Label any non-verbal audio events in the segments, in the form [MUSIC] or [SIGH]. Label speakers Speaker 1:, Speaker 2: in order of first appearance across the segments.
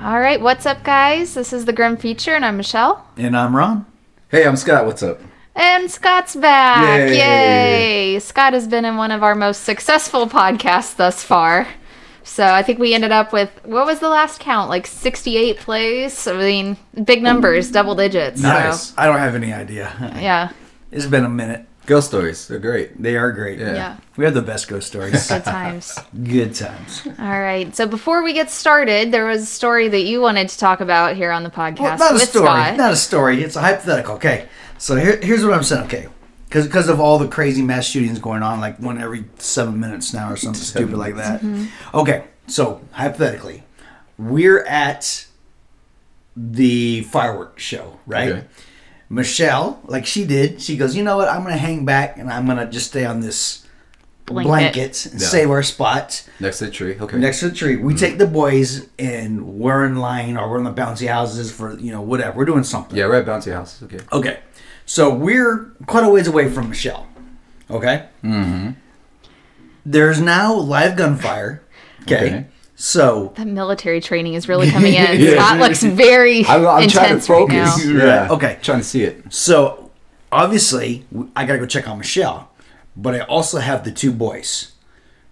Speaker 1: All right, what's up, guys? This is the Grim Feature, and I'm Michelle.
Speaker 2: And I'm Ron.
Speaker 3: Hey, I'm Scott. What's up?
Speaker 1: And Scott's back! Yay.
Speaker 3: Yay.
Speaker 1: Scott has been in one of our most successful podcasts thus far. So I think we ended up with what was the last count? Like 68 plays. I mean, big numbers, double digits. so,
Speaker 3: Nice.
Speaker 2: I don't have any idea.
Speaker 1: yeah,
Speaker 2: It's been a minute.
Speaker 3: Ghost stories. They're great.
Speaker 2: They are great.
Speaker 3: Yeah.
Speaker 1: yeah,
Speaker 2: We have the best ghost
Speaker 3: [LAUGHS]
Speaker 2: stories.
Speaker 1: good times.
Speaker 2: Good times.
Speaker 1: All right. So before we get started, there was a story that you wanted to talk about here on the podcast
Speaker 2: Well, not a
Speaker 1: with
Speaker 2: story.
Speaker 1: Scott.
Speaker 2: Not a story. It's a hypothetical. Okay. So here, here's what I'm saying. Okay. Because of all the crazy mass shootings going on, like one every seven minutes now or something stupid like that. Mm-hmm. Okay. So hypothetically, we're at the fireworks show, right?
Speaker 3: Okay.
Speaker 2: Michelle, like she did, she goes, you know what? I'm going to hang back and I'm going to just stay on this blanket,
Speaker 1: Blanket.
Speaker 2: and
Speaker 3: Yeah.
Speaker 2: save our spot
Speaker 3: Next to the tree. Okay.
Speaker 2: next to the tree.
Speaker 3: Mm.
Speaker 2: We take the boys and we're in line or we're in the bouncy houses for, you know, whatever. We're doing something.
Speaker 3: Yeah, we're at bouncy house. Okay.
Speaker 2: Okay. So we're quite a ways away from Michelle. Okay? Mm-hmm. There's now live gunfire. Okay.
Speaker 3: Okay.
Speaker 2: So
Speaker 1: That military training is really
Speaker 3: [LAUGHS]
Speaker 1: coming in.
Speaker 3: Yeah.
Speaker 1: Scott looks very
Speaker 3: I'm, I'm trying to
Speaker 1: intense right now.
Speaker 3: focus. [LAUGHS]
Speaker 2: Yeah, okay.
Speaker 3: Trying to see it.
Speaker 2: so obviously w- I gotta go check on Michelle. But I also have the two boys.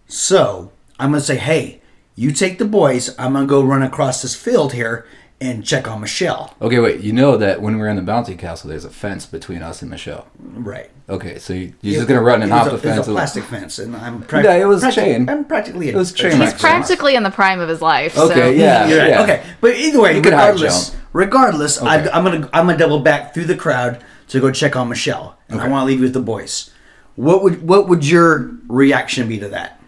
Speaker 2: So I'm gonna say, hey, you take the boys, I'm gonna go run across this field here and check on Michelle.
Speaker 3: Okay, wait. You know that when we're in the bouncy castle, there's a fence between us and Michelle.
Speaker 2: Right.
Speaker 3: Okay, so you, you're just gonna run and hop
Speaker 2: It
Speaker 3: the
Speaker 2: was a- It
Speaker 3: fence.
Speaker 2: was a plastic fence, and I'm prac-
Speaker 3: Yeah, it was
Speaker 2: practic-
Speaker 3: chain.
Speaker 2: I'm practically
Speaker 3: It was chain
Speaker 1: He's
Speaker 3: Max Jones.
Speaker 1: practically in the prime of his life. so.
Speaker 3: Okay, yeah,
Speaker 2: You're right.
Speaker 3: yeah.
Speaker 2: Okay, but either way,
Speaker 3: You could hide
Speaker 2: regardless,
Speaker 3: Joe.
Speaker 2: regardless,
Speaker 3: Okay.
Speaker 2: I, I'm gonna I'm gonna double back through the crowd to go check on Michelle, and I want to leave you with the boys. What would what would your reaction be to that?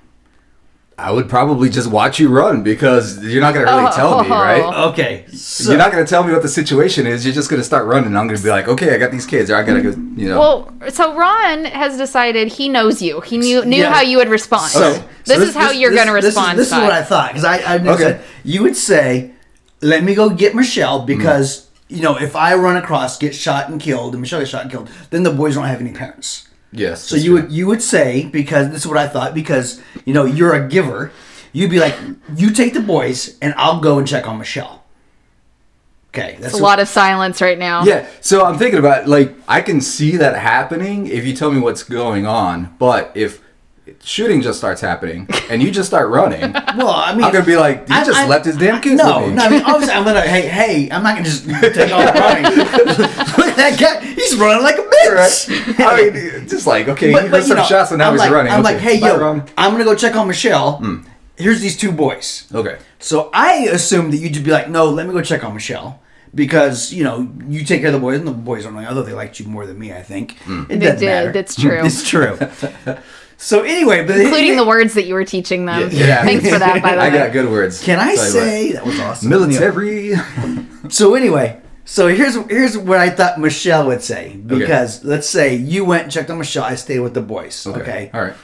Speaker 3: I would probably just watch you run because you're not gonna
Speaker 1: Oh.
Speaker 3: really tell me,
Speaker 1: [LAUGHS]
Speaker 3: right?
Speaker 2: Okay, so
Speaker 3: you're not gonna tell me what the situation is. You're just gonna start running. I'm gonna be like, okay, I got these kids, or I gotta go. You know.
Speaker 1: Well, so Ron has decided he knows you. He knew knew
Speaker 2: Yeah.
Speaker 1: how you would respond.
Speaker 2: so,
Speaker 1: this,
Speaker 2: so
Speaker 1: is how you're
Speaker 2: this-
Speaker 1: going to
Speaker 2: this is-
Speaker 1: respond.
Speaker 2: This is,
Speaker 1: Scott.
Speaker 2: what I thought because I, I
Speaker 3: Okay.
Speaker 2: said you would say, "Let me go get Michelle,"
Speaker 3: Mm-hmm.
Speaker 2: because you know if I run across, get shot and killed, and Michelle gets shot and killed, then the boys don't have any parents.
Speaker 3: yes.
Speaker 2: So you would you would say because this is what I thought because you know you're a giver, you'd be like you take the boys and I'll go and check on Michelle. Okay, that's
Speaker 1: a lot of silence right now.
Speaker 3: Yeah, so I'm thinking about like I can see that happening if you tell me what's going on, but if shooting just
Speaker 2: [LAUGHS]
Speaker 3: starts happening and you just start running,
Speaker 2: Well, I mean,
Speaker 3: I'm gonna be like, he
Speaker 2: I-
Speaker 3: just
Speaker 2: I-
Speaker 3: left his damn kids
Speaker 2: No,
Speaker 3: with me.
Speaker 2: no. I mean, obviously, I'm gonna. Hey, hey, I'm not gonna just take all the running.
Speaker 3: [LAUGHS]
Speaker 2: Look at that guy. He's running like a
Speaker 3: Right?
Speaker 2: bitch. [LAUGHS]
Speaker 3: I mean, just like okay, he heard
Speaker 2: you
Speaker 3: some
Speaker 2: know,
Speaker 3: shots and now
Speaker 2: I'm
Speaker 3: he's
Speaker 2: like,
Speaker 3: running.
Speaker 2: I'm
Speaker 3: okay,
Speaker 2: like, hey,
Speaker 3: bye,
Speaker 2: yo,
Speaker 3: Ron." Hmm.
Speaker 2: I'm gonna go check on Michelle. Here's these two boys.
Speaker 3: Okay,
Speaker 2: So I assumed that you'd just be like, no, let me go check on Michelle. Because, you know, you take care of the boys, and the boys don't know, although they liked you more than me, I think.
Speaker 3: Hmm.
Speaker 2: It
Speaker 1: They
Speaker 2: doesn't
Speaker 1: did,
Speaker 2: matter.
Speaker 1: that's true.
Speaker 2: [LAUGHS] it's true. so anyway, but
Speaker 1: Including the words that you were teaching
Speaker 2: Um,
Speaker 1: them.
Speaker 3: yeah.
Speaker 1: Thanks for that, by the
Speaker 3: [LAUGHS] I
Speaker 1: way.
Speaker 3: got good words.
Speaker 2: [LAUGHS] Can I
Speaker 3: Tell you
Speaker 2: say that was awesome?
Speaker 3: what.
Speaker 2: [LAUGHS]
Speaker 3: military?
Speaker 2: So anyway, so here's here's what I thought Michelle would say. Because let's say you went and checked on Michelle, I stayed with the boys. Okay.
Speaker 3: all right.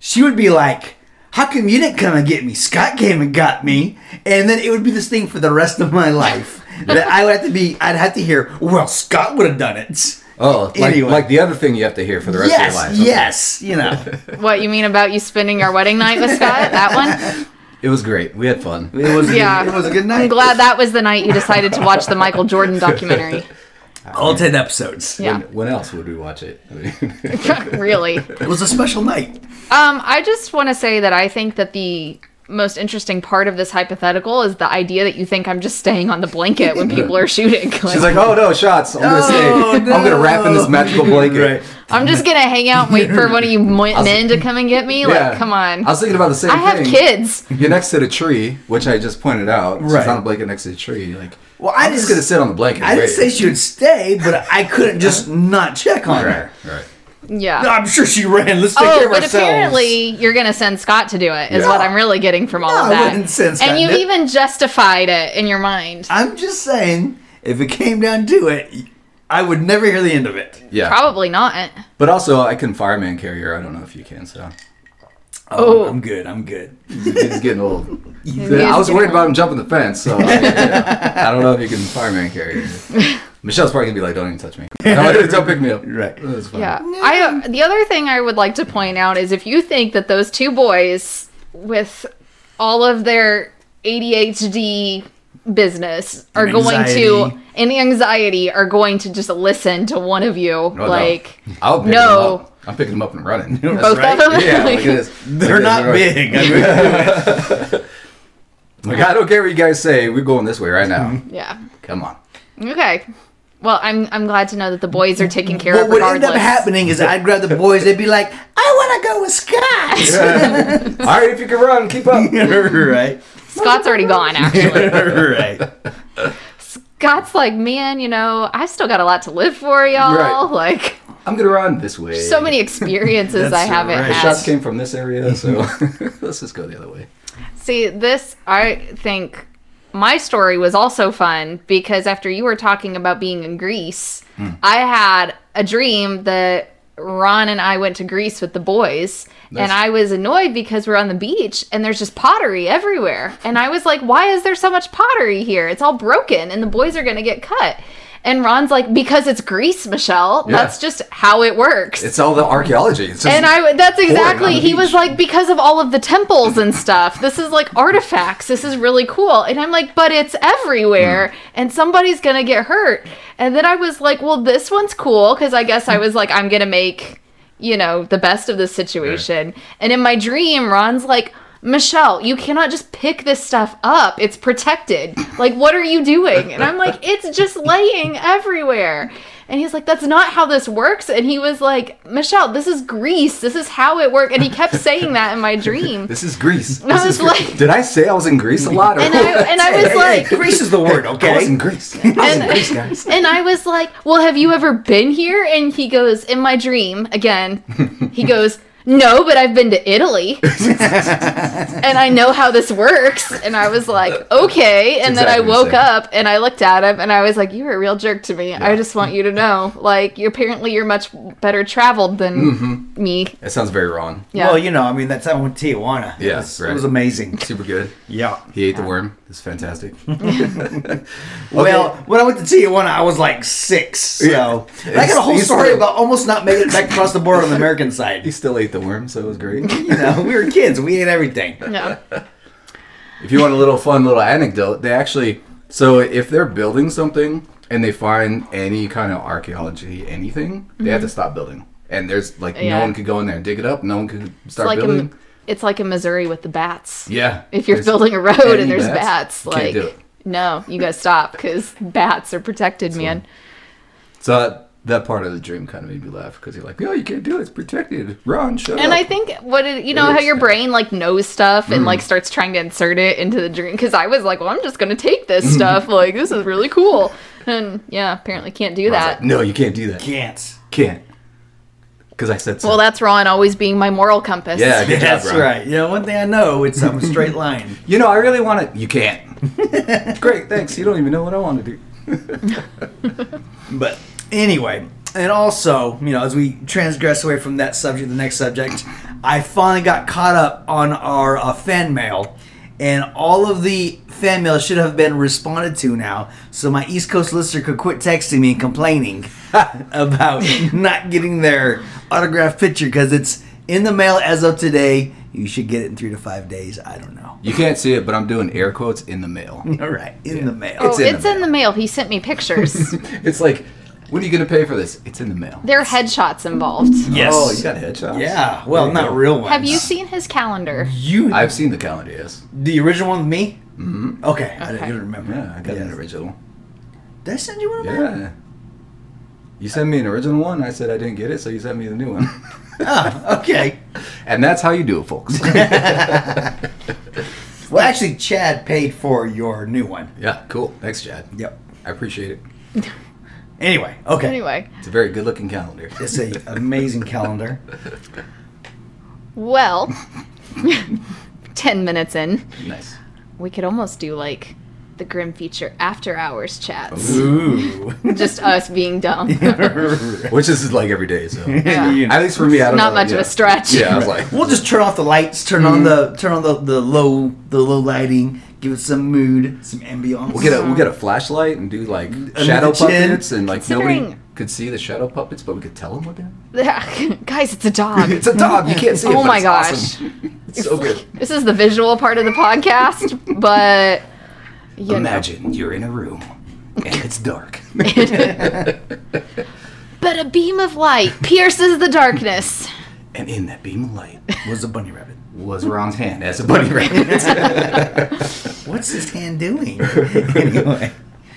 Speaker 2: she would be like, "How come you didn't come and get me? Scott came and got me." And then it would be this thing for the rest of my
Speaker 3: [LAUGHS]
Speaker 2: life that I would have to be. I'd have to hear, "Well, Scott would have done it."
Speaker 3: Oh, like,
Speaker 2: Anyway.
Speaker 3: like the other thing you have to hear for the rest
Speaker 2: yes,
Speaker 3: of your life. Okay.
Speaker 2: yes,
Speaker 1: [LAUGHS]
Speaker 2: you know.
Speaker 1: What you mean about you spending our wedding night with Scott? That one?
Speaker 3: it was great. We had fun.
Speaker 2: It was,
Speaker 1: Yeah.
Speaker 2: yeah. it was a good night.
Speaker 1: I'm glad that was the night you decided to watch the Michael Jordan documentary. [LAUGHS]
Speaker 2: All ten episodes.
Speaker 1: Yeah.
Speaker 3: When else would we watch it? [LAUGHS] I mean-
Speaker 1: really.
Speaker 2: It was a special night.
Speaker 1: Um, I just want to say that I think that the most interesting part of this hypothetical is the idea that you think I'm just staying on the blanket
Speaker 2: [LAUGHS]
Speaker 1: when people are shooting.
Speaker 3: She's like, oh no, shots. I'm gonna stay.
Speaker 2: Oh,
Speaker 3: I'm gonna wrap in this
Speaker 1: [LAUGHS]
Speaker 2: no.
Speaker 3: magical blanket.
Speaker 2: Right.
Speaker 1: I'm just gonna hang out and wait for one of
Speaker 2: [LAUGHS]
Speaker 1: you mo- men to come and get me. Like, come on.
Speaker 3: I was thinking about the same
Speaker 1: I have
Speaker 3: thing.
Speaker 1: kids.
Speaker 3: You're next to the tree, which I just pointed out.
Speaker 2: Right.
Speaker 3: She's on the blanket next to the tree. Like,
Speaker 2: Well, I
Speaker 3: I'm just
Speaker 2: just-
Speaker 3: gonna sit on the blanket.
Speaker 2: I
Speaker 3: and
Speaker 2: didn't say
Speaker 3: wait.
Speaker 2: she would stay, but I couldn't
Speaker 3: [LAUGHS]
Speaker 2: just not check on
Speaker 3: Right.
Speaker 2: her.
Speaker 3: Right.
Speaker 1: Yeah.
Speaker 2: I'm sure she ran. Let's take care
Speaker 1: Oh,
Speaker 2: of
Speaker 1: but
Speaker 2: ourselves.
Speaker 1: apparently you're gonna send Scott to do it. Is
Speaker 3: Yeah.
Speaker 1: what I'm really getting from all
Speaker 2: No,
Speaker 1: of
Speaker 2: I
Speaker 1: that.
Speaker 2: wouldn't send Scott
Speaker 1: and you've
Speaker 2: to do it.
Speaker 1: even justified it in your mind.
Speaker 2: I'm just saying, if it came down to it, I would never hear the end of it.
Speaker 3: Yeah.
Speaker 1: Probably not.
Speaker 2: [LAUGHS]
Speaker 3: But also, I can fireman carry her. I don't know if you can. So
Speaker 2: Oh,
Speaker 1: Oh.
Speaker 2: I'm good. I'm good.
Speaker 3: He's getting old.
Speaker 1: is
Speaker 3: I was
Speaker 1: getting
Speaker 3: worried
Speaker 1: old.
Speaker 3: about him jumping the fence,
Speaker 2: [LAUGHS]
Speaker 3: so you know, I don't know if you can fireman carry.
Speaker 1: [LAUGHS]
Speaker 3: it. Michelle's probably gonna be like, "Don't even touch me. [LAUGHS] Don't, don't pick me up."
Speaker 2: Right.
Speaker 3: That's fine.
Speaker 1: Yeah. I uh, the other thing I would like to point out is if you think that those two boys with all of their ADHD business are
Speaker 2: And
Speaker 1: going
Speaker 2: anxiety.
Speaker 1: to and anxiety are going to just listen to one of you
Speaker 3: no.
Speaker 2: [LAUGHS]
Speaker 1: like
Speaker 3: I'll pick
Speaker 1: No.
Speaker 3: him up. I'm picking him up and running.
Speaker 1: both
Speaker 2: right.
Speaker 1: of them [LAUGHS]
Speaker 3: Yeah,
Speaker 1: Like,
Speaker 3: like this.
Speaker 2: They're not big. I mean, [LAUGHS]
Speaker 3: Like I don't care what you guys say. We're going this way right now.
Speaker 2: Mm-hmm.
Speaker 1: yeah
Speaker 3: Come on.
Speaker 1: okay well I'm I'm glad to know that the boys are taken care
Speaker 2: what
Speaker 1: of
Speaker 2: would end
Speaker 1: regardless
Speaker 2: up happening is I'd grab the boys. They'd be like, "I want to go with Scott."
Speaker 3: All right, if you can run, keep up.
Speaker 2: [LAUGHS] right.
Speaker 1: Scott's
Speaker 2: [LAUGHS]
Speaker 1: already gone actually
Speaker 2: right.
Speaker 1: Scott's like man you know I still got a lot to live for y'all all like
Speaker 3: I'm gonna run this way.
Speaker 1: so many experiences I
Speaker 2: [LAUGHS] That's
Speaker 1: haven't
Speaker 2: right.
Speaker 1: had
Speaker 3: shots came from this area, so
Speaker 2: Mm-hmm.
Speaker 3: [LAUGHS] let's just go the other way.
Speaker 1: See, this, I think my story was also fun because after you were talking about being in Greece,
Speaker 3: Hmm.
Speaker 1: I had a dream that Ron and I went to Greece with the boys.
Speaker 3: Nice.
Speaker 1: And I was annoyed because we're on the beach and there's just pottery everywhere. And I was like, why is there so much pottery here? It's all broken and the boys are going to get cut. And Ron's like, because it's Greece, Michelle.
Speaker 3: Yeah.
Speaker 1: That's just how it works.
Speaker 3: It's all the archaeology. It's just
Speaker 1: And I that's
Speaker 3: on
Speaker 1: exactly
Speaker 3: the
Speaker 1: he was
Speaker 3: beach.
Speaker 1: like because of all of the temples and stuff. This is like artifacts. This is really cool. And I'm like, but it's everywhere and somebody's going to get hurt. And then I was like, well this one's cool cuz I guess I was like I'm going to make, you know, the best of this situation. And in my dream Ron's like Michelle, you cannot just pick this stuff up. It's protected. Like, what are you doing? And I'm like, it's just laying everywhere. And he's like, that's not how this works. And he was like, Michelle, this is Greece. This is how it works. And he kept saying that in my dream.
Speaker 3: [LAUGHS] This
Speaker 1: [LAUGHS]
Speaker 3: is Greece.
Speaker 1: I
Speaker 3: This is
Speaker 1: was
Speaker 3: Gre-
Speaker 1: like-
Speaker 3: did I say I was in Greece a lot? Or [LAUGHS]
Speaker 1: And I, and I was like,
Speaker 2: Grace is the word. Okay.
Speaker 3: I was
Speaker 1: [LAUGHS]
Speaker 3: in Greece. I was in Greece, guys.
Speaker 1: and I was like, well, have you ever been here? And he goes, in my dream, again,
Speaker 3: [LAUGHS]
Speaker 1: he goes, no, but I've been to Italy. and I know how this works. And I was like, okay. And then I
Speaker 3: Exactly the
Speaker 1: woke
Speaker 3: same.
Speaker 1: up and I looked at him and I was like, you were a real jerk to me. I just want you to know. Like, you apparently you're much better traveled than
Speaker 3: Mm-hmm.
Speaker 1: me.
Speaker 3: That sounds very wrong.
Speaker 1: Yeah.
Speaker 2: Well, you know, I mean, that time I went to Tijuana.
Speaker 3: Yeah,
Speaker 2: it was,
Speaker 3: right.
Speaker 2: it was amazing.
Speaker 3: Super good.
Speaker 2: Yeah.
Speaker 3: He ate the worm.
Speaker 2: [LAUGHS]
Speaker 3: It's fantastic.
Speaker 2: Well, when I went to Tijuana, I was like six. So
Speaker 3: Yeah.
Speaker 2: And I got a whole
Speaker 3: He's
Speaker 2: story
Speaker 3: still-
Speaker 2: about almost not making it back across the border on the American side. [LAUGHS]
Speaker 3: He still ate the worm, so it was great.
Speaker 1: [LAUGHS]
Speaker 2: You know, we were kids. We ate everything.
Speaker 1: Yeah.
Speaker 3: if you want a little fun little anecdote, they actually so if they're building something and they find any kind of archaeology, anything, they have to stop building. And there's like
Speaker 1: Mm-hmm. Yeah.
Speaker 3: no one could go in there and dig it up. No one could
Speaker 1: It's
Speaker 3: start
Speaker 1: like,
Speaker 3: building.
Speaker 1: in, it's like in Missouri with the bats.
Speaker 3: yeah.
Speaker 1: If you're
Speaker 3: There's-
Speaker 1: building a road
Speaker 3: any
Speaker 1: and there's bats,
Speaker 3: bats, you can't
Speaker 1: like,
Speaker 3: do it.
Speaker 1: no, you gotta stop because bats are protected, man.
Speaker 3: So that, that part of the dream kind of made me laugh because you're like, no, you can't do it. It's protected. Ron, shut
Speaker 1: And
Speaker 3: up.
Speaker 1: I think what it, you know
Speaker 3: It
Speaker 1: how
Speaker 3: is Mm.
Speaker 1: your
Speaker 3: kinda-
Speaker 1: brain like knows stuff and like starts trying to insert it into the dream because I was like, well, I'm just gonna take
Speaker 3: [LAUGHS]
Speaker 1: this stuff. Like this is really cool. And yeah, apparently can't do
Speaker 3: I was
Speaker 1: that.
Speaker 3: like, no, you can't do that.
Speaker 2: Can't.
Speaker 3: Can't. Because I said so.
Speaker 1: well, that's Ron always being my moral compass.
Speaker 3: yeah, good job,
Speaker 2: That's
Speaker 3: Ron.
Speaker 2: right. You know, one thing I know, it's I'm a straight
Speaker 3: [LAUGHS]
Speaker 2: line.
Speaker 3: You know, I really want to. You can't.
Speaker 1: [LAUGHS]
Speaker 3: Great, thanks. You don't even know what I want to do.
Speaker 2: But anyway, and also, you know, as we transgress away from that subject, to the next subject, I finally got caught up on our uh, fan mail, and all of the fan mail should have been responded to now, so my East Coast listener could quit texting me and
Speaker 3: [LAUGHS]
Speaker 2: complaining about not getting their autographed picture because it's in the mail as of today. You should get it in three to five days. I don't know. [LAUGHS]
Speaker 3: You can't see it, but I'm doing air quotes in the mail.
Speaker 2: All right, in the mail.
Speaker 1: [LAUGHS] Oh,
Speaker 3: It's
Speaker 1: it's,
Speaker 3: in
Speaker 1: in,
Speaker 3: the
Speaker 1: the mail. He sent me pictures.
Speaker 3: [LAUGHS] [LAUGHS] It's like, when are you going to pay for this? It's in the mail.
Speaker 1: there are headshots involved.
Speaker 2: yes.
Speaker 3: Oh, you got headshots.
Speaker 2: yeah. Well,
Speaker 3: There you
Speaker 2: not
Speaker 3: go.
Speaker 2: real ones.
Speaker 1: Have you seen his calendar?
Speaker 2: You
Speaker 3: I've seen the calendar, yes.
Speaker 2: The original one with me? Mm-hmm. Okay, I didn't,
Speaker 1: Okay.
Speaker 2: you didn't remember.
Speaker 3: Yeah, I got an
Speaker 2: Yes.
Speaker 3: original.
Speaker 2: Did I send you one of mine?
Speaker 3: Yeah. You sent me an original one. I said I didn't get it, so you sent me the new one. [LAUGHS]
Speaker 2: Ah, okay.
Speaker 3: and that's how you do it,
Speaker 2: [LAUGHS]
Speaker 3: folks.
Speaker 2: Well, actually, Chad paid for your new one.
Speaker 3: yeah, cool. Thanks, Chad.
Speaker 2: Yep.
Speaker 3: I appreciate it.
Speaker 2: Anyway, okay.
Speaker 1: Anyway,
Speaker 3: It's a very good looking calendar.
Speaker 2: It's
Speaker 3: [LAUGHS]
Speaker 2: a amazing calendar.
Speaker 1: well, [LAUGHS] ten minutes in.
Speaker 3: Nice.
Speaker 1: we could almost do like the Grim Feature After Hours chats. [LAUGHS]
Speaker 2: [LAUGHS] Ooh.
Speaker 1: Just us being
Speaker 3: [LAUGHS]
Speaker 1: dumb.
Speaker 3: Which is like every
Speaker 2: [LAUGHS]
Speaker 3: day, so
Speaker 1: Yeah.
Speaker 2: You know.
Speaker 3: at least for me, I don't
Speaker 1: Not
Speaker 3: know,
Speaker 1: much of
Speaker 3: yeah.
Speaker 1: a stretch. [LAUGHS]
Speaker 3: Yeah, I was like, Mm-hmm.
Speaker 2: We'll just turn off the lights, turn on the turn on the, the low the low lighting, give it some mood, some ambiance.
Speaker 3: we'll get a we'll get a flashlight and do like shadow
Speaker 2: the chin.
Speaker 3: puppets, and like nobody
Speaker 1: Considering-
Speaker 3: could see the shadow puppets, but we could tell them what they're. [LAUGHS]
Speaker 1: Guys, it's a dog.
Speaker 3: It's a dog. You can't see it.
Speaker 1: Oh
Speaker 3: but
Speaker 1: my
Speaker 3: it's
Speaker 1: gosh. [LAUGHS]
Speaker 3: awesome. [LAUGHS] It's so good.
Speaker 1: This is the visual part of the podcast, but you know.
Speaker 3: Imagine you're in a room and it's
Speaker 1: [LAUGHS]
Speaker 3: dark.
Speaker 1: But a beam of light pierces the darkness.
Speaker 3: and in that beam
Speaker 1: [LAUGHS]
Speaker 3: of light
Speaker 2: was a bunny rabbit.
Speaker 3: was Ron's hand as a bunny rabbit. [LAUGHS]
Speaker 2: What's his hand doing? anyway.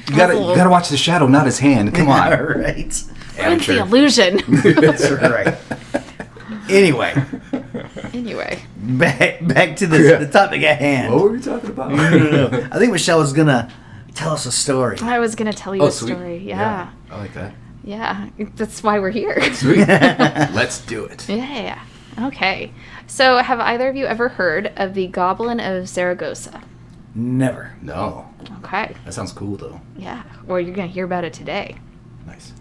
Speaker 3: you gotta you gotta watch the shadow, not his hand. [LAUGHS] Come
Speaker 2: All
Speaker 3: on.
Speaker 2: right.
Speaker 1: Ruins
Speaker 3: [LAUGHS]
Speaker 1: the illusion.
Speaker 2: That's right. Anyway,
Speaker 1: anyway,
Speaker 2: back back to the,
Speaker 3: Yeah.
Speaker 2: the topic at hand.
Speaker 3: What were we
Speaker 1: [LAUGHS]
Speaker 3: talking about?
Speaker 2: [LAUGHS] I think Michelle was gonna tell us a story.
Speaker 1: I was gonna tell you
Speaker 3: Oh,
Speaker 1: a
Speaker 3: sweet.
Speaker 1: story. Yeah.
Speaker 3: I like that.
Speaker 1: yeah, that's why we're here.
Speaker 3: Sweet. Let's do it.
Speaker 1: [LAUGHS] Yeah. Okay. So, have either of you ever heard of the Goblin of Zaragoza?
Speaker 2: [LAUGHS] Never.
Speaker 3: No,
Speaker 1: Okay.
Speaker 3: that sounds cool though.
Speaker 1: Yeah. Well, you're going to hear about it today.
Speaker 3: Nice.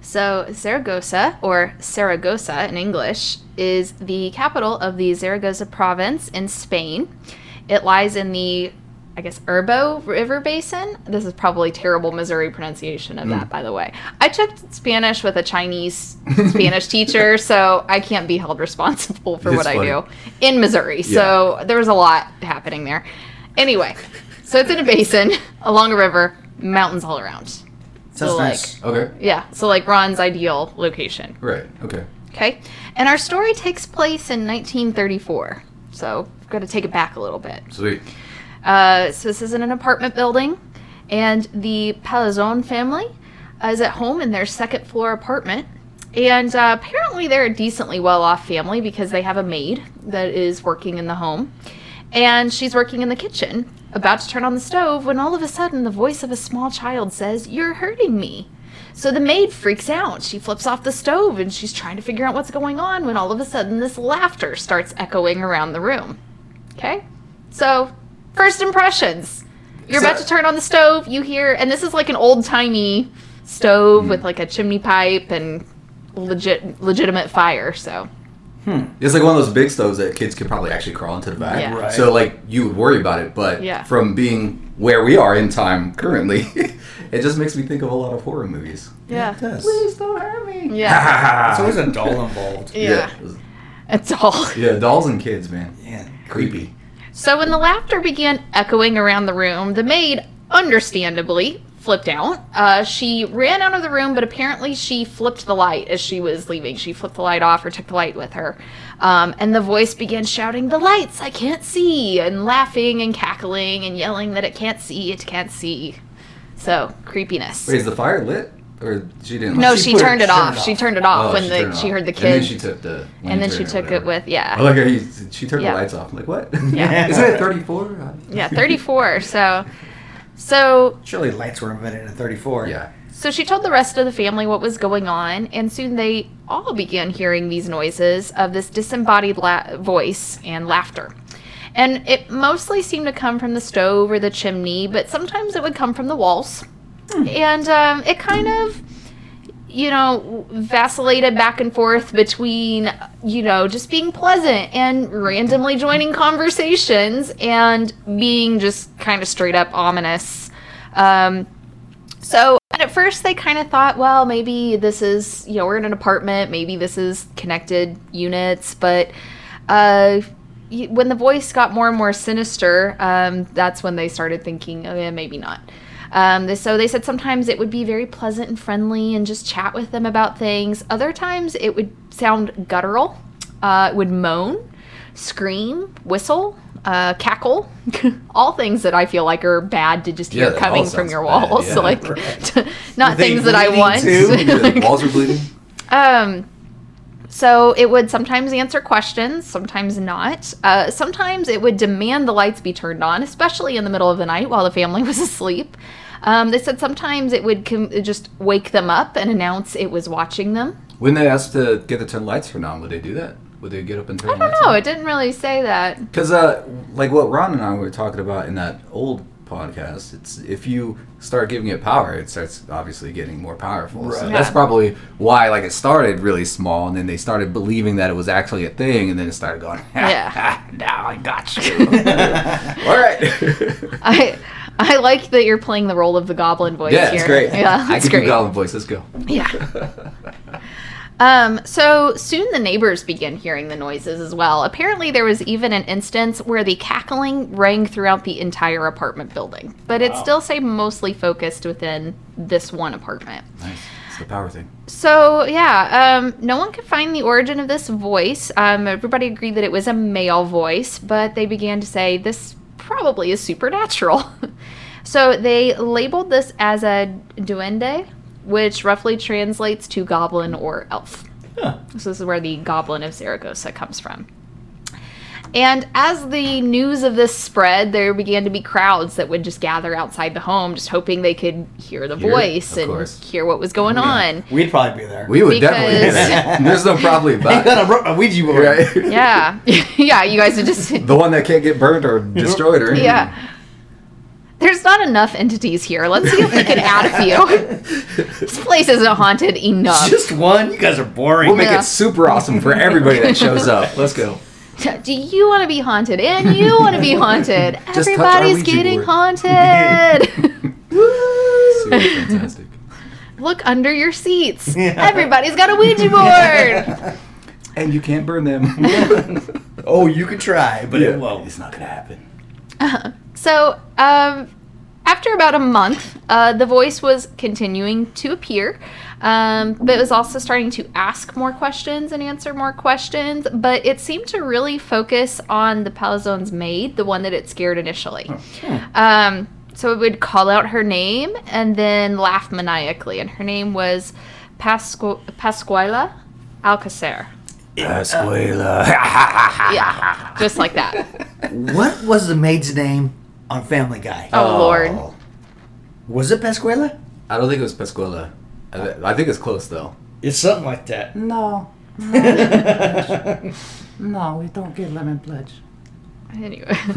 Speaker 1: So, Zaragoza, or Saragossa in English, is the capital of the Zaragoza province in Spain. It lies in the, I guess, Urbo River Basin. This is probably terrible Missouri pronunciation of
Speaker 3: Mm.
Speaker 1: that, by the way. I checked Spanish with a
Speaker 3: [LAUGHS]
Speaker 1: Chinese Spanish teacher, so I can't be held responsible for
Speaker 3: It's
Speaker 1: what
Speaker 3: funny.
Speaker 1: I do in Missouri. So, there was a lot happening there. Anyway, so it's in a
Speaker 3: [LAUGHS]
Speaker 1: basin along a river, mountains all around.
Speaker 2: Sounds
Speaker 1: So,
Speaker 2: nice.
Speaker 3: Okay.
Speaker 1: Yeah, so like Ron's ideal location.
Speaker 3: Right. Okay.
Speaker 1: Okay. And our story takes place in 1934. So, got to take it back a little bit.
Speaker 3: Sweet.
Speaker 1: Uh, so, this is in an apartment building, and the Palazon family uh, is at home in their second floor apartment. And uh, apparently, they're a decently well off family because they have a maid that is working in the home. And she's working in the kitchen, about to turn on the stove, when all of a sudden the voice of a small child says, You're hurting me. So the maid freaks out. She flips off the stove and she's trying to figure out what's going on when all of a sudden this laughter starts echoing around the room. Okay? So, first impressions. You're about
Speaker 3: So-
Speaker 1: to turn on the stove, you hear, and this is like an old timey stove with like a chimney pipe and legit legitimate fire, so
Speaker 3: It's like one of those big stoves that kids could probably actually crawl into the back.
Speaker 1: Yeah. Right.
Speaker 3: So like you would worry about it, but
Speaker 1: Yeah.
Speaker 3: from being where we are in time currently, [LAUGHS] it just makes me think of a lot of horror movies.
Speaker 1: Yeah.
Speaker 3: It does. Please don't hurt me.
Speaker 1: Yeah.
Speaker 3: [LAUGHS]
Speaker 2: It's always a doll involved.
Speaker 1: Yeah.
Speaker 3: Yeah.
Speaker 1: It's all.
Speaker 3: Yeah, dolls and kids, man.
Speaker 2: Yeah.
Speaker 3: Creepy.
Speaker 1: So when the laughter began echoing around the room, the maid, understandably, flipped out. Uh, she ran out of the room, but apparently she flipped the light as she was leaving. She flipped the light off or took the light with her. Um, and the voice began shouting, The lights, I can't see! And laughing and cackling and yelling that it can't see, it can't see. So, creepiness.
Speaker 3: Wait, is the fire lit? Or she didn't
Speaker 1: no,
Speaker 3: light
Speaker 1: she,
Speaker 2: put-
Speaker 1: turned it
Speaker 2: turned
Speaker 1: off.
Speaker 2: it
Speaker 1: She
Speaker 2: off.
Speaker 1: turned it off
Speaker 3: Oh,
Speaker 1: when
Speaker 3: turned
Speaker 1: the,
Speaker 3: it
Speaker 1: she
Speaker 3: off.
Speaker 1: heard the
Speaker 3: And then
Speaker 1: kid.
Speaker 3: she took the
Speaker 1: And then
Speaker 3: lantern
Speaker 1: she
Speaker 3: or
Speaker 1: took it
Speaker 3: whatever.
Speaker 1: with, yeah.
Speaker 3: [LAUGHS] I like how you, she turned
Speaker 1: Yeah.
Speaker 3: the lights off. I'm like, what?
Speaker 1: Yeah.
Speaker 3: [LAUGHS] Isn't it 34?
Speaker 1: Yeah, 34. So, so
Speaker 2: Surely lights were invented in 34.
Speaker 3: Yeah.
Speaker 1: So she told the rest of the family what was going on, and soon they all began hearing these noises of this disembodied la- voice and laughter. And it mostly seemed to come from the stove or the chimney, but sometimes it would come from the walls. And um, it kind of, you know, vacillated back and forth between, you know, just being pleasant and randomly joining conversations and being just kind of straight up ominous. Um, so and at first they kind of thought, well, maybe this is you know we're in an apartment, maybe this is connected units, but uh, y- when the voice got more and more sinister, um, that's when they started thinking, oh yeah, maybe not. Um, they- so they said sometimes it would be very pleasant and friendly and just chat with them about things. Other times it would sound guttural, uh, it would moan, scream, whistle, uh, cackle,
Speaker 2: [LAUGHS]
Speaker 1: all things that I feel like are bad to just
Speaker 3: Yeah,
Speaker 1: hear
Speaker 3: that all
Speaker 1: coming from
Speaker 3: sounds
Speaker 1: your
Speaker 3: bad,
Speaker 1: walls.
Speaker 3: yeah.
Speaker 1: [LAUGHS] like, not
Speaker 2: They
Speaker 1: things that I
Speaker 2: bleeding
Speaker 1: want. [LAUGHS]
Speaker 2: too?
Speaker 3: The walls are bleeding.
Speaker 1: Um, so it would sometimes answer questions, sometimes not. Uh, sometimes it would demand the lights be turned on, especially in the middle of the night while the family [LAUGHS] was asleep. Um, they said sometimes it would com- just wake them up and announce it was watching them.
Speaker 3: When they asked to get the turn lights turned on, would they do that? Would they get up and turn the lights
Speaker 1: No,
Speaker 3: on? [LAUGHS]
Speaker 1: it didn't really say that.
Speaker 3: Because, uh, like what Ron and I were talking about in that old podcast. It's if you start giving it power, it starts obviously getting more powerful. So
Speaker 1: Right.
Speaker 3: that's
Speaker 1: Yeah.
Speaker 3: probably why like it started really small, and then they started believing that it was actually a thing, and then it started going. [LAUGHS]
Speaker 1: Yeah.
Speaker 3: now I got you. All
Speaker 1: Oh,
Speaker 3: right.
Speaker 1: [LAUGHS] I I like that you're playing the role of the goblin voice
Speaker 3: yeah,
Speaker 1: here.
Speaker 3: it's great.
Speaker 1: Yeah,
Speaker 3: I
Speaker 1: it's
Speaker 3: can do
Speaker 1: great.
Speaker 3: Goblin voice. Let's go.
Speaker 1: Yeah. [LAUGHS] Um, so soon the neighbors begin hearing the noises as well. Apparently, there was even an instance where the cackling rang throughout the entire apartment building, but it still stayed mostly focused within this one apartment.
Speaker 3: Nice. It's the power thing.
Speaker 1: So, yeah, um, no one could find the origin of this voice. Um, everybody agreed that it was a male voice, but they began to say this probably is supernatural. [LAUGHS] so, they labeled this as a duende, which roughly translates to goblin or elf. So, this is where the goblin of Saragossa comes from. And as the news of this spread, there began to be crowds that would just gather outside the home, just hoping they could hear the
Speaker 3: Hear it,
Speaker 1: voice
Speaker 3: of
Speaker 1: and
Speaker 3: course.
Speaker 1: hear what was going on.
Speaker 2: We'd probably be there. [LAUGHS]
Speaker 3: We would definitely. do
Speaker 1: Because- [LAUGHS]
Speaker 3: that. There's no probably
Speaker 2: Ain't
Speaker 3: about it.
Speaker 2: that a, ro- a Ouija board?
Speaker 3: Right?
Speaker 1: Yeah. [LAUGHS] yeah, you guys would just
Speaker 3: The one that can't get burnt or destroyed or anything.
Speaker 1: Yeah. There's not enough entities here. Let's see if we can add a
Speaker 3: [LAUGHS]
Speaker 1: few.
Speaker 2: [LAUGHS]
Speaker 1: this place isn't haunted enough.
Speaker 2: Just one? You guys are boring.
Speaker 3: We'll make
Speaker 1: Yeah.
Speaker 3: it super awesome for everybody that shows
Speaker 2: [LAUGHS]
Speaker 3: up. Let's go.
Speaker 1: Do you want to be haunted? And you want to be
Speaker 3: [LAUGHS]
Speaker 1: haunted.
Speaker 3: touch our
Speaker 1: Everybody's
Speaker 3: Ouija
Speaker 1: getting
Speaker 3: board. [LAUGHS]
Speaker 1: haunted. [LAUGHS]
Speaker 3: Super fantastic.
Speaker 1: Look under your seats. Everybody's got a Ouija
Speaker 3: [LAUGHS]
Speaker 1: board.
Speaker 3: And you can't burn them.
Speaker 2: oh, you could try, [LAUGHS] but
Speaker 3: Yeah.
Speaker 2: it won't.
Speaker 3: It's not gonna happen.
Speaker 1: So, um, after about a month, uh, the voice was continuing to appear, um, but it was also starting to ask more questions and answer more questions. But it seemed to really focus on the Palazone's maid, the one that it scared initially.
Speaker 2: Oh, hmm.
Speaker 1: Um, so it would call out her name and then laugh maniacally, and her name was Pasqu- Pascuala Alcacer.
Speaker 3: [LAUGHS]
Speaker 1: Yeah, just like that.
Speaker 2: What was the maid's name on Family Guy?
Speaker 1: Oh, Lord.
Speaker 2: Was it Pascuela?
Speaker 3: I don't think it was Pascuala. I th- I think it's close
Speaker 2: [LAUGHS]
Speaker 3: though.
Speaker 2: It's something like that. [LAUGHS]
Speaker 4: No. no, we don't get lemon pledge.
Speaker 1: Anyway. [LAUGHS]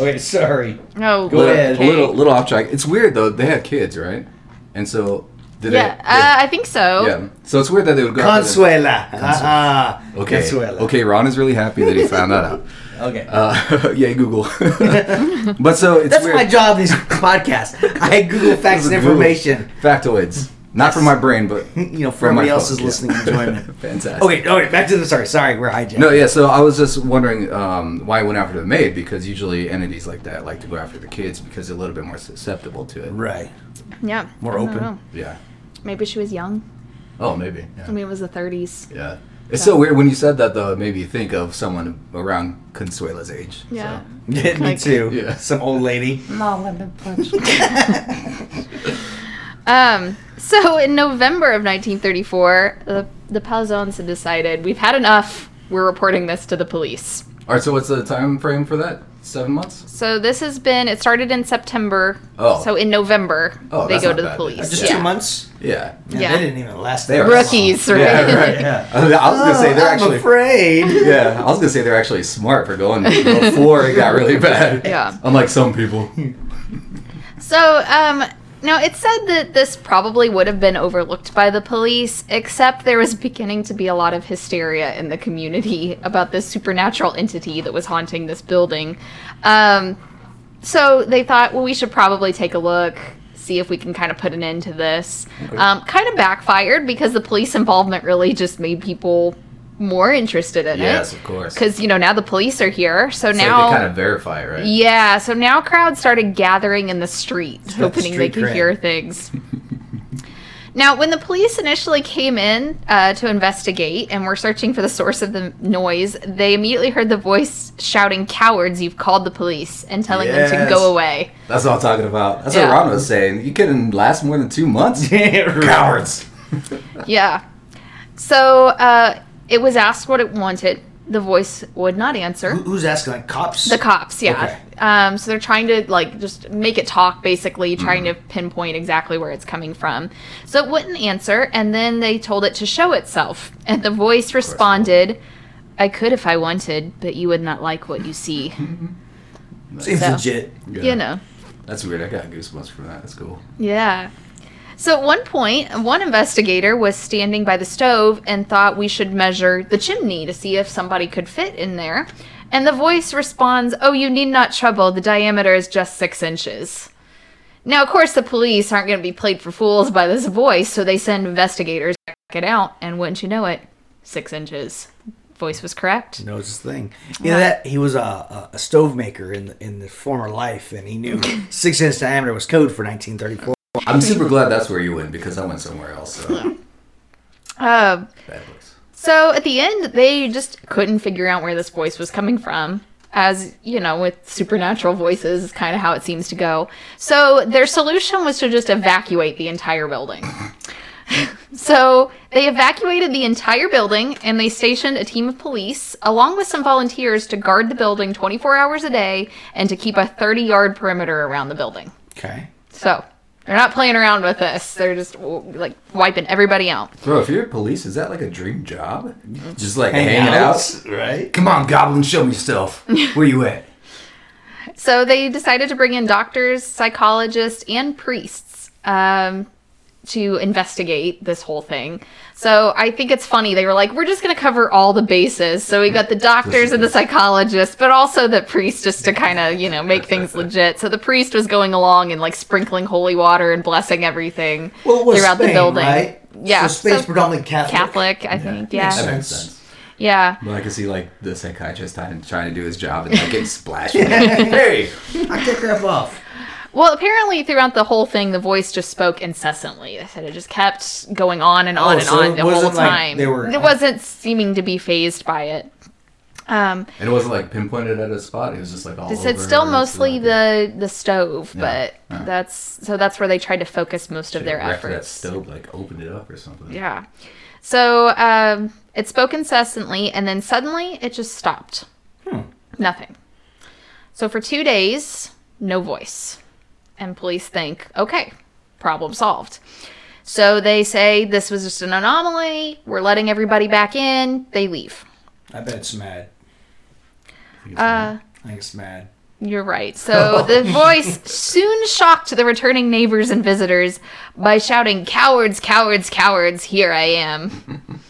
Speaker 2: Okay, sorry.
Speaker 1: Oh,
Speaker 2: Go
Speaker 1: Lord.
Speaker 2: ahead.
Speaker 3: A little little off track. It's weird though. They had kids, right? And so did
Speaker 1: Yeah,
Speaker 3: they?
Speaker 1: uh, I think so.
Speaker 3: yeah. So it's weird that they would go. after them.
Speaker 2: Consuela. Ah, ah.
Speaker 3: Okay.
Speaker 2: Consuela.
Speaker 3: Okay. Ron is really happy that he found that out.
Speaker 2: Okay.
Speaker 3: Uh, [LAUGHS] yeah, Google. but so it's
Speaker 2: [LAUGHS] That's
Speaker 3: weird.
Speaker 2: my job. These podcasts. I Google facts and
Speaker 3: Those are Google
Speaker 2: information.
Speaker 3: Factoids. Not from my brain,
Speaker 2: [LAUGHS]
Speaker 3: but
Speaker 2: You know, for
Speaker 3: from my
Speaker 2: everybody else's
Speaker 3: phone, yeah.
Speaker 2: listening enjoyment.
Speaker 3: [LAUGHS] Fantastic.
Speaker 2: Okay, okay. Back to the sorry. Sorry, we're hijacking.
Speaker 3: No, yeah. So I was just wondering um, why I went after the maid because usually entities like that like to go after the kids because they're a little bit more susceptible to it.
Speaker 2: Right. [LAUGHS]
Speaker 1: Yeah.
Speaker 2: More
Speaker 1: I don't
Speaker 2: open.
Speaker 1: know.
Speaker 3: Yeah.
Speaker 1: Maybe she was young.
Speaker 3: Oh, maybe.
Speaker 1: I
Speaker 3: Yeah.
Speaker 1: mean, it was the 30s.
Speaker 3: yeah. It's so weird when you said that though. It made me think of someone around Consuela's age.
Speaker 1: Yeah.
Speaker 2: Me
Speaker 1: Like-
Speaker 2: too.
Speaker 3: Yeah.
Speaker 2: Some old lady.
Speaker 4: No lemon pledge.
Speaker 1: Um, so in November of 1934, the, the Palazones had decided we've had enough. We're reporting this to the police.
Speaker 3: So. All right. So what's the time frame for that? Seven months.
Speaker 1: So this has been, it started in September.
Speaker 3: Oh.
Speaker 1: So in November,
Speaker 3: Oh,
Speaker 1: they
Speaker 3: that's
Speaker 1: go
Speaker 3: not
Speaker 1: to the
Speaker 3: bad.
Speaker 1: police.
Speaker 2: [LAUGHS] Just
Speaker 1: yeah.
Speaker 2: two months.
Speaker 3: Yeah. [LAUGHS]
Speaker 1: Yeah.
Speaker 2: They didn't even last.
Speaker 3: They
Speaker 2: that
Speaker 3: are
Speaker 2: long.
Speaker 1: Rookies, right?
Speaker 3: Yeah.
Speaker 2: [LAUGHS]
Speaker 3: Right.
Speaker 2: Yeah.
Speaker 3: I was gonna say they're
Speaker 2: Oh,
Speaker 3: actually.
Speaker 2: I'm afraid.
Speaker 3: [LAUGHS] Yeah, I was gonna say they're actually smart for going before it got really bad.
Speaker 1: Yeah.
Speaker 3: Unlike some people. [LAUGHS]
Speaker 1: So, um, now it's said that this probably would have been overlooked by the police, except there was beginning to be a lot of hysteria in the community about this supernatural entity that was haunting this building. Um, so they thought, well, we should probably take a look, see if we can kind of put an end to this. Um, kind of backfired because the police involvement really just made people more interested in
Speaker 3: Yes,
Speaker 1: it.
Speaker 3: of course.
Speaker 1: Because, you know, now the police are here, so
Speaker 3: It's like
Speaker 1: now.
Speaker 3: they kind of verify, it, right?
Speaker 1: Yeah, so now crowds started gathering in the street,
Speaker 2: got the
Speaker 1: hoping they
Speaker 2: street
Speaker 1: could
Speaker 2: cred.
Speaker 1: hear things. now, when the police initially came in uh, to investigate and were searching for the source of the noise, they immediately heard the voice shouting, Cowards, you've called the police, and telling them
Speaker 3: Yes.
Speaker 1: to go away.
Speaker 3: That's what I'm talking about. That's
Speaker 1: Yeah.
Speaker 3: what Ron was saying. You couldn't last more than two months. [LAUGHS] Cowards.
Speaker 1: Yeah. So uh, it was asked what it wanted. The voice would not answer.
Speaker 2: Who- Who's asking? Like cops.
Speaker 1: The cops, yeah. Um, so they're trying to like just make it talk, basically trying to pinpoint exactly where it's coming from. So it wouldn't answer, and then they told it to show itself, and the voice responded, "I could if I wanted, but you would not like what you see."
Speaker 2: Seems
Speaker 1: So-
Speaker 2: legit.
Speaker 3: Yeah.
Speaker 1: You know.
Speaker 3: That's weird. I got goosebumps from that. That's cool.
Speaker 1: Yeah. So at one point, one investigator was standing by the stove and thought we should measure the chimney to see if somebody could fit in there. And the voice responds, Oh, you need not trouble. The diameter is just six inches. Now, of course, the police aren't going to be played for fools by this voice, so they send investigators to check it out. And wouldn't you know it, six inches. Voice was correct.
Speaker 2: knows his thing. You know that he was a, a, a stove maker in the, in the former life, and
Speaker 1: [LAUGHS]
Speaker 2: he knew six inch diameter was code for 1934.
Speaker 3: I'm super glad that's where you went because I went somewhere else. So
Speaker 1: Um,
Speaker 3: bad place.
Speaker 1: So at the end, they just couldn't figure out where this voice was coming from. As you know, with supernatural voices, is kind of how it seems to go. So their solution was to just evacuate the entire building. [LAUGHS] so they evacuated the entire building and they stationed a team of police along with some volunteers to guard the building 24 hours a day and to keep a 30 yard perimeter around the building.
Speaker 2: Okay.
Speaker 1: So they're not playing around with this, they're just w- like wiping everybody out.
Speaker 3: Bro, if you're police, is that like a dream job? Just like
Speaker 2: Hanging
Speaker 3: hanging out?
Speaker 2: out, right?
Speaker 3: Come on, goblin, show
Speaker 1: [LAUGHS]
Speaker 3: me yourself. Where you at?
Speaker 1: So they decided to bring in doctors, psychologists, and priests um, to investigate this whole thing. So I think it's funny. They were like, we're just going to cover all the bases. So we got the doctors and the psychologists, but also the priest just to kind of, you know, make things legit. So the priest was going along and like sprinkling holy water and blessing everything
Speaker 2: Well, it was
Speaker 1: throughout the
Speaker 2: Spain,
Speaker 1: building.
Speaker 2: right?
Speaker 1: Yeah.
Speaker 2: So Spain's
Speaker 1: so
Speaker 2: predominantly Catholic.
Speaker 1: Catholic, I think.
Speaker 2: makes
Speaker 3: That
Speaker 1: Yeah.
Speaker 3: makes sense.
Speaker 1: Yeah.
Speaker 3: But I can see like the psychiatrist trying trying to do his job and like getting splashed. with it. hey,
Speaker 2: I took that off.
Speaker 1: Well, apparently throughout the whole thing, the voice just spoke incessantly. They said it just kept going on and on
Speaker 2: Oh,
Speaker 1: and
Speaker 2: so
Speaker 1: on
Speaker 2: it
Speaker 1: the whole
Speaker 2: wasn't like
Speaker 1: time.
Speaker 2: they were-
Speaker 1: it wasn't seeming to be phased by it. Um,
Speaker 3: and it wasn't like pinpointed at a spot. It was just like all.
Speaker 1: they said
Speaker 3: over
Speaker 1: still
Speaker 3: and
Speaker 1: mostly
Speaker 3: throughout.
Speaker 1: the the stove, but
Speaker 3: yeah.
Speaker 1: that's so that's where they tried to focus most of their
Speaker 3: Right after That
Speaker 1: efforts.
Speaker 3: stove like opened it up or something.
Speaker 1: Yeah. So um, it spoke incessantly, and then suddenly it just stopped. Nothing. So for two days, no voice. And police think, okay, problem solved. So they say this was just an anomaly. We're letting everybody back in. They leave.
Speaker 2: I bet it's mad.
Speaker 1: [LAUGHS] Uh,
Speaker 2: I think it's mad.
Speaker 1: You're right. So the voice soon shocked the returning neighbors and visitors by shouting, Cowards, cowards, cowards, here I am.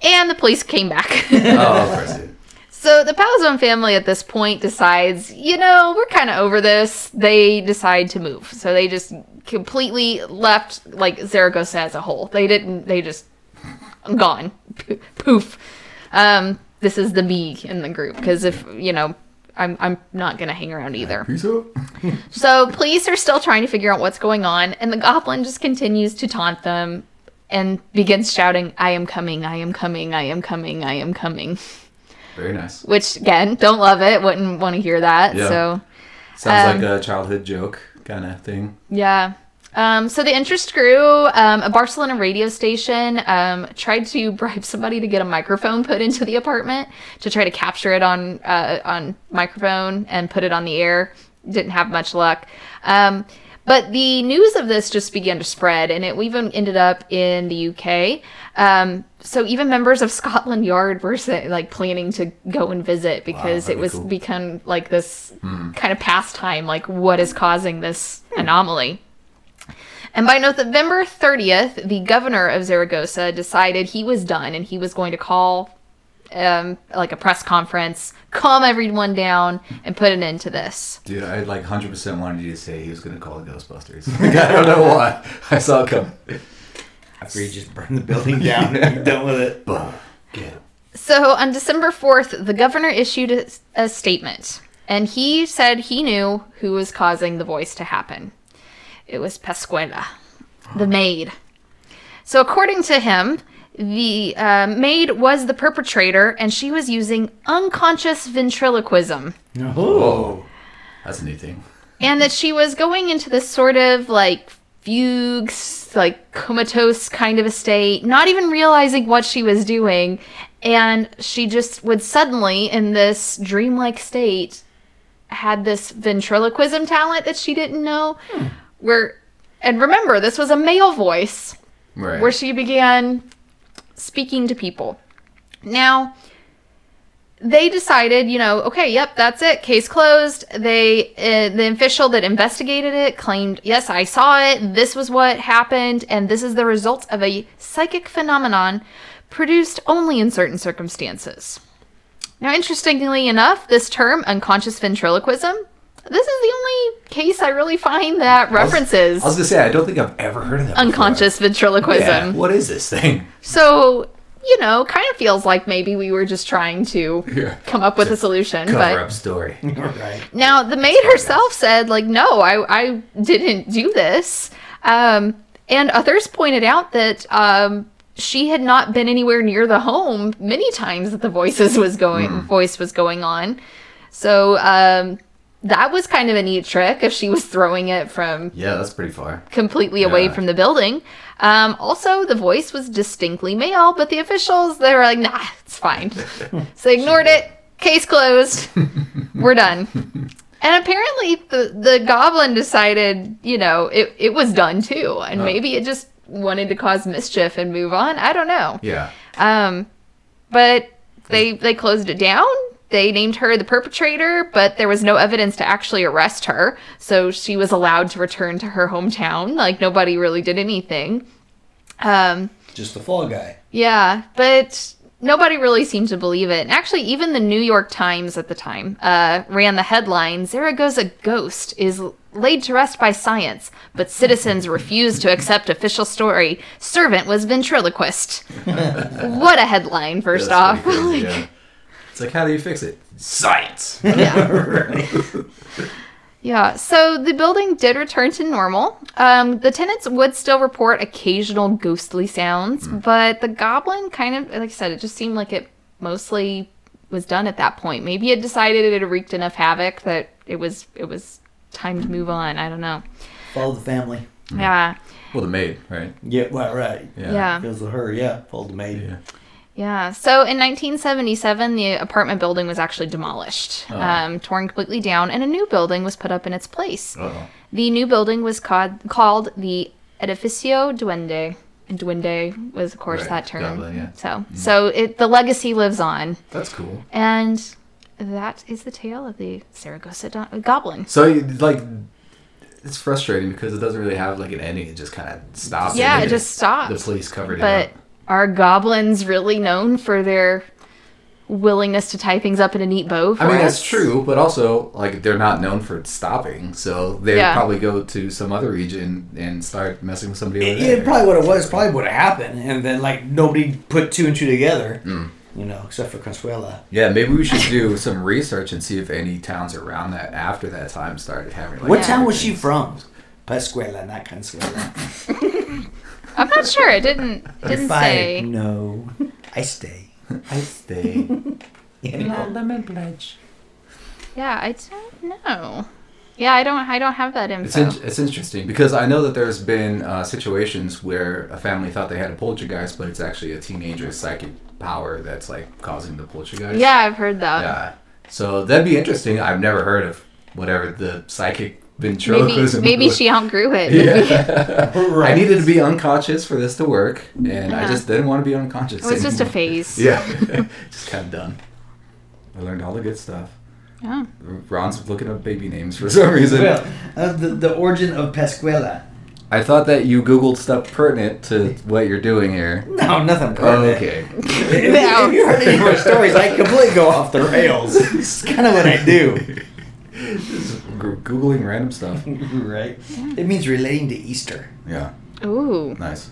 Speaker 1: and the police came back.
Speaker 3: Oh, of course it. did.
Speaker 1: so the Palazone family at this point decides, you know, we're kind of over this. They decide to move. So they just completely left, like, Zaragoza as a whole. They didn't, they just gone. Poof. Um, this is the me in the group. Because if, you know, I'm, I'm not going to hang around [LAUGHS] either.
Speaker 3: Peace out.
Speaker 1: So police are still trying to figure out what's going on, and the goblin just continues to taunt them and begins shouting, I am coming, I am coming, I am coming, I am coming.
Speaker 3: Very nice.
Speaker 1: Which again, don't love it, wouldn't want to hear that.
Speaker 3: Yeah.
Speaker 1: So
Speaker 3: Sounds
Speaker 1: um,
Speaker 3: like a childhood joke kind of thing.
Speaker 1: yeah. Um, so the interest grew. Um, a Barcelona radio station um, tried to [LAUGHS] bribe somebody to get a microphone put into the apartment to try to capture it on uh, on microphone and put it on the air. Didn't have much luck. Um, but the news of this just began to spread, and it even ended up in the UK. Um, so even members of [LAUGHS] Scotland Yard were say, like planning to go and visit because
Speaker 3: that'd
Speaker 1: it
Speaker 3: be
Speaker 1: was
Speaker 3: cool.
Speaker 1: become like this kind of pastime. Like, what is causing this anomaly? And by November 30th, the governor of Zaragoza decided he was done and he was going to call um, like a press conference, calm everyone down, and put an end to this.
Speaker 3: Dude, I like 100% wanted you to say he was going to call it Ghostbusters. [LAUGHS] Like, I don't know why. I saw it come.
Speaker 2: After you just burn the building down and you're done with it.
Speaker 3: Boom. Get him.
Speaker 1: So on December 4th, the governor issued a, a statement and he said he knew who was causing the voice to happen. It was Pascuela, the maid. So according to him, the uh, maid was the perpetrator and she was using unconscious ventriloquism.
Speaker 3: Whoa. That's a new thing.
Speaker 1: and that she was going into this sort of like fugue, like comatose kind of a state, not even realizing what she was doing. And she just would suddenly, in this dreamlike state, had this ventriloquism talent that she didn't know. Where, and remember, this was a male voice
Speaker 3: Right.
Speaker 1: where she began speaking to people. Now, they decided, you know, okay, yep, that's it, case closed. They, uh, the official that investigated it claimed, yes, I saw it. This was what happened, and this is the result of a psychic phenomenon produced only in certain circumstances. Now, interestingly enough, this term, unconscious ventriloquism, this is the only case I really find that references
Speaker 3: I was gonna say I don't think I've ever heard of that. before.
Speaker 1: unconscious ventriloquism.
Speaker 3: Yeah. What is this thing?
Speaker 1: So, you know, kind of feels like maybe we were just trying to
Speaker 3: Yeah.
Speaker 1: come up with a solution.
Speaker 3: Cover
Speaker 1: But
Speaker 3: up story.
Speaker 2: right.
Speaker 1: now the maid herself said, like, no, I, I didn't do this. Um, and others pointed out that um, she had not been anywhere near the home many times that the voices was going
Speaker 3: Hmm.
Speaker 1: voice was going on. So um, that was kind of a neat trick if she was throwing it from
Speaker 3: [LAUGHS] Yeah, that's pretty far.
Speaker 1: completely away
Speaker 3: Yeah.
Speaker 1: from the building. Um, also, the voice was distinctly male, but the officials they were like, "Nah, it's fine," so they ignored it. Case closed. we're done. And apparently, the the goblin decided, you know, it it was done too, and maybe it just wanted to cause mischief and move on. I don't know.
Speaker 3: Yeah.
Speaker 1: Um, but they they closed it down. They named her the perpetrator, but there was no evidence to actually arrest her, so she was allowed to return to her hometown. Like nobody really did anything. Um,
Speaker 2: Just the fall guy.
Speaker 1: yeah, but nobody really seemed to believe it. And actually, even the New York Times at the time uh, ran the headline Zaragoza ghost is laid to rest by science, but citizens refuse to accept official story. Servant was
Speaker 3: [LAUGHS]
Speaker 1: ventriloquist. what a headline, first
Speaker 3: That's
Speaker 1: off.
Speaker 3: pretty
Speaker 1: [LAUGHS]
Speaker 3: crazy,
Speaker 1: Like,
Speaker 3: yeah. It's like how do you fix it?
Speaker 1: [LAUGHS]
Speaker 3: Science.
Speaker 1: Yeah, so the building did return to normal. Um, the tenants would still report occasional ghostly sounds, but the goblin kind of, like I said, it just seemed like it mostly was done at that point. Maybe it decided it had wreaked enough havoc that it was it was time to move on. I don't know.
Speaker 2: Follow the family.
Speaker 1: Yeah,
Speaker 3: well, the maid, right?
Speaker 2: Yeah, well, right.
Speaker 3: Yeah.
Speaker 1: yeah.
Speaker 2: Because of her, yeah. Follow the maid.
Speaker 3: Yeah.
Speaker 1: Yeah. So in 1977, the apartment building was actually demolished, um, torn completely down, and a new building was put up in its place.
Speaker 3: Uh-oh.
Speaker 1: The new building was called, called the Edificio Duende. And Duende was, of course,
Speaker 3: Right,
Speaker 1: that term.
Speaker 3: Dublin, yeah.
Speaker 1: So,
Speaker 3: Mm-hmm.
Speaker 1: so it the legacy lives on,
Speaker 3: That's cool.
Speaker 1: and that is the tale of the Saragossa Don- Goblin.
Speaker 3: So you- like, it's frustrating because it doesn't really have like an ending. It just kind of stops. and
Speaker 1: Yeah,
Speaker 3: then
Speaker 1: it just stops.
Speaker 3: The police covered
Speaker 1: But
Speaker 3: it up.
Speaker 1: are goblins really known for their willingness to tie things up in a neat bow? For
Speaker 3: I mean,
Speaker 1: us?
Speaker 3: that's true, but also like they're not known for stopping, so they
Speaker 1: Yeah.
Speaker 3: would probably go to some other region and start messing with somebody over
Speaker 2: It,
Speaker 3: there.
Speaker 2: it probably would have was probably would have happened, and then like nobody put two and two together, you know, except for Consuela.
Speaker 3: Yeah, maybe we should do some research and see if any towns around that after that time started having. Like,
Speaker 2: What town was she
Speaker 3: things.
Speaker 2: from? Pascuela,
Speaker 1: [LAUGHS]
Speaker 2: not Consuela.
Speaker 1: I'm not sure. It
Speaker 3: [LAUGHS]
Speaker 1: didn't didn't say.
Speaker 2: No, I stay. [LAUGHS]
Speaker 3: I stay.
Speaker 4: Not lemon pledge.
Speaker 1: Yeah, I don't know. Yeah, I don't. I don't have that
Speaker 3: It's,
Speaker 1: info.
Speaker 3: in, it's interesting because I know that there's been uh, situations where a family thought they had a poltergeist, but it's actually a teenager's psychic power that's like causing the poltergeist.
Speaker 1: yeah, I've heard that.
Speaker 3: Yeah. So that'd be interesting. I've never heard of whatever the psychic
Speaker 1: Maybe
Speaker 3: ventriloquism.
Speaker 1: maybe
Speaker 3: was.
Speaker 1: she outgrew it.
Speaker 3: [LAUGHS] Yeah.
Speaker 2: Right.
Speaker 3: I needed to be unconscious for this to work, and I just didn't want to be unconscious.
Speaker 1: It was just a
Speaker 3: anymore.
Speaker 1: phase.
Speaker 3: [LAUGHS] Yeah. just kind of done. I learned all the good stuff.
Speaker 1: Yeah.
Speaker 3: Ron's looking up baby names for some reason.
Speaker 2: Well, uh, the, the origin of Pascuela.
Speaker 3: I thought that you Googled stuff pertinent to what you're doing here.
Speaker 2: No, nothing. pertinent.
Speaker 3: Okay.
Speaker 2: If, if
Speaker 1: Oh.
Speaker 3: [LAUGHS]
Speaker 2: you heard any more stories, I completely go off the rails. [LAUGHS] It's kind of what I do. [LAUGHS]
Speaker 3: Just Goo- Googling random stuff.
Speaker 2: Right? It means relating to Easter.
Speaker 3: Yeah. [LAUGHS]
Speaker 1: Ooh.
Speaker 3: Nice.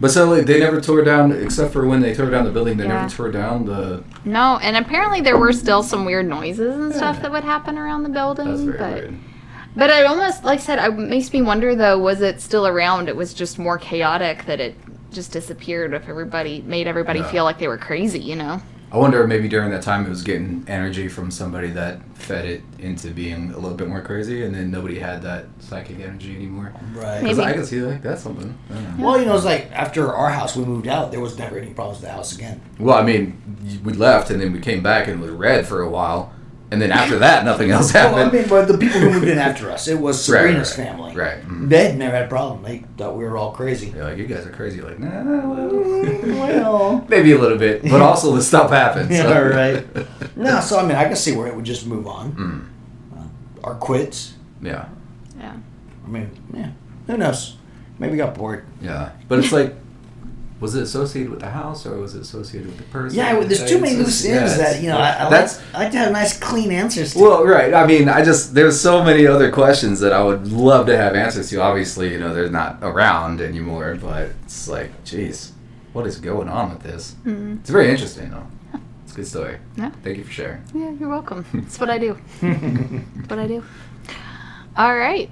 Speaker 3: But so like, they never tore down, except for when they tore down the building, they
Speaker 1: Yeah.
Speaker 3: never tore down the.
Speaker 1: No, and apparently there were still some weird noises and stuff that would happen around the building.
Speaker 3: That's very
Speaker 1: but
Speaker 3: weird.
Speaker 1: but it almost like I said, it makes me wonder though, was it still around? It was just more chaotic that it just disappeared if everybody made everybody
Speaker 3: Yeah.
Speaker 1: feel like they were crazy, you know?
Speaker 3: I wonder if maybe during that time it was getting energy from somebody that fed it into being a little bit more crazy, and then nobody had that psychic energy anymore.
Speaker 2: Right.
Speaker 3: 'Cause
Speaker 1: Maybe.
Speaker 3: I can see like that's something. I don't know.
Speaker 2: Well, you know, it's like after our house, we moved out, there was never
Speaker 3: [LAUGHS]
Speaker 2: any problems with the house again.
Speaker 3: Well, I mean, y- we left and then we came back and it was red for a while, and then after that, nothing else happened.
Speaker 2: Well, I mean, but the people who moved in after us, it was
Speaker 3: [LAUGHS] Right, right,
Speaker 2: Sabrina's
Speaker 3: right.
Speaker 2: family.
Speaker 3: Right. mhm.
Speaker 2: They never had a problem. They thought we were all crazy.
Speaker 3: They're like, you guys are crazy. Like, nah, well,
Speaker 2: Mm, Well,
Speaker 3: [LAUGHS] maybe a little bit, but also the stuff happens.
Speaker 2: yeah,
Speaker 3: so. [LAUGHS]
Speaker 2: right. No, so I mean, I can see where it would just move on
Speaker 3: Mm-hmm.
Speaker 2: Uh, or quit.
Speaker 3: Mm, Yeah,
Speaker 1: Yeah.
Speaker 2: I mean, yeah, who knows? Maybe got bored.
Speaker 3: yeah. But it's like, was it associated with the house or was it associated with the person?
Speaker 2: Yeah, well, there's too many loose ends that you know. I, I
Speaker 3: that's
Speaker 2: like, I like to have nice, clean answers. to
Speaker 3: Well, right. I mean, I just there's so many other questions that I would love to have answers to. Obviously, you know, they're not around anymore, but it's like, geez, what is going on with this?
Speaker 1: Mm-hmm.
Speaker 3: It's very interesting, though. It's a good story.
Speaker 1: Yeah.
Speaker 3: Thank you for sharing.
Speaker 1: Yeah, you're welcome. That's what I do. That's what I do. All right.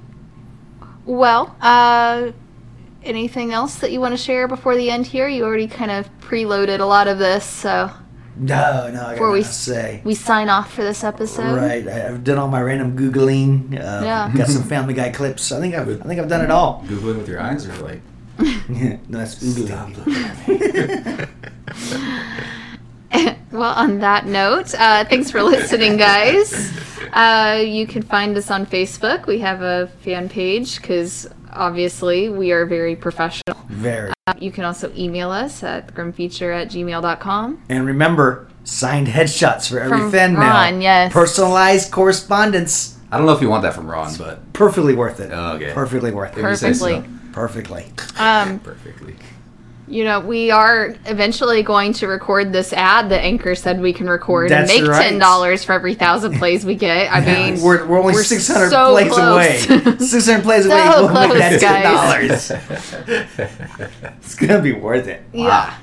Speaker 1: Well, uh, anything else that you want to share before the end here? You already kind of preloaded a lot of this, so
Speaker 2: [LAUGHS] No, no, I
Speaker 1: Before
Speaker 2: gotta
Speaker 1: we-
Speaker 2: say.
Speaker 1: we sign off for this episode.
Speaker 2: Right, I- I've done all my random googling. Uh,
Speaker 1: Yeah.
Speaker 2: got some Family Guy clips. I think I've, I think I've done it all.
Speaker 3: Googling with your eyes, or like,
Speaker 2: [LAUGHS] no, that's
Speaker 3: stop
Speaker 2: googling.
Speaker 3: looking at me.
Speaker 1: [LAUGHS] Well, on that note, uh, thanks for listening, guys. Uh, you can find us on Facebook. We have a fan page because obviously we are very professional.
Speaker 2: [LAUGHS] Very.
Speaker 1: Uh, you can also email us at grimfeature at gmail.com.
Speaker 2: And remember, signed headshots for every
Speaker 1: From
Speaker 2: fan
Speaker 1: Ron,
Speaker 2: mail.
Speaker 1: yes.
Speaker 2: Personalized correspondence.
Speaker 3: I don't know if you want that from Ron, but
Speaker 2: Perfectly worth it.
Speaker 3: Oh, Okay.
Speaker 2: Perfectly worth it.
Speaker 3: if you say so.
Speaker 1: Perfectly.
Speaker 2: Perfectly.
Speaker 1: Um,
Speaker 3: Perfectly.
Speaker 1: you know, we are eventually going to record this ad that Anchor said we can record
Speaker 2: That's
Speaker 1: and make
Speaker 2: right.
Speaker 1: $10 for every thousand plays we get.
Speaker 2: [LAUGHS]
Speaker 1: I mean,
Speaker 2: we're, we're only 600
Speaker 1: so
Speaker 2: plays
Speaker 1: close. [LAUGHS]
Speaker 2: away. 600 plays away.
Speaker 1: So
Speaker 2: we'll make
Speaker 1: close,
Speaker 2: that
Speaker 1: guys.
Speaker 2: $10. [LAUGHS] it's going to be worth it.
Speaker 1: Yeah.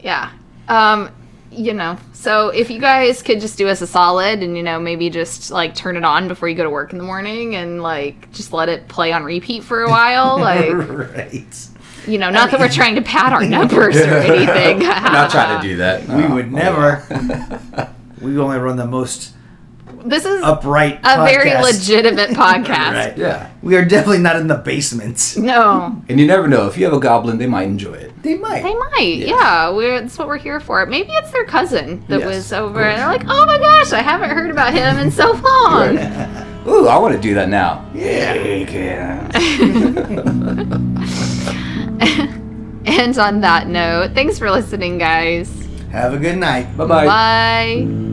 Speaker 1: Yeah. Um, you know, so if you guys could just do us a solid and, you know, maybe just like turn it on before you go to work in the morning and like just let it play on repeat for a
Speaker 2: [LAUGHS]
Speaker 1: while. Like,
Speaker 2: right.
Speaker 1: you know, not that we're trying to pad our numbers
Speaker 3: [LAUGHS]
Speaker 1: or anything.
Speaker 3: Not trying to do that.
Speaker 2: We
Speaker 3: No.
Speaker 2: would never. we only run the most
Speaker 1: [LAUGHS] This is
Speaker 2: upright.
Speaker 1: a very
Speaker 2: podcast.
Speaker 1: legitimate podcast.
Speaker 2: Right.
Speaker 3: [LAUGHS] Yeah.
Speaker 2: We are definitely not in the basement.
Speaker 1: No,
Speaker 3: And you never know. If you have a goblin, they might enjoy it.
Speaker 2: They might.
Speaker 1: they might. Yeah, we're, that's what we're here for. Maybe it's their cousin that
Speaker 3: Yes,
Speaker 1: was
Speaker 3: of
Speaker 1: over, and they're like, "Oh my gosh, I haven't heard about him in so long."
Speaker 3: [LAUGHS] Ooh, I want to do that now.
Speaker 2: Yeah.
Speaker 1: [LAUGHS] And on that note, thanks for listening, guys.
Speaker 2: Have a good night.
Speaker 3: Bye bye.
Speaker 1: Bye.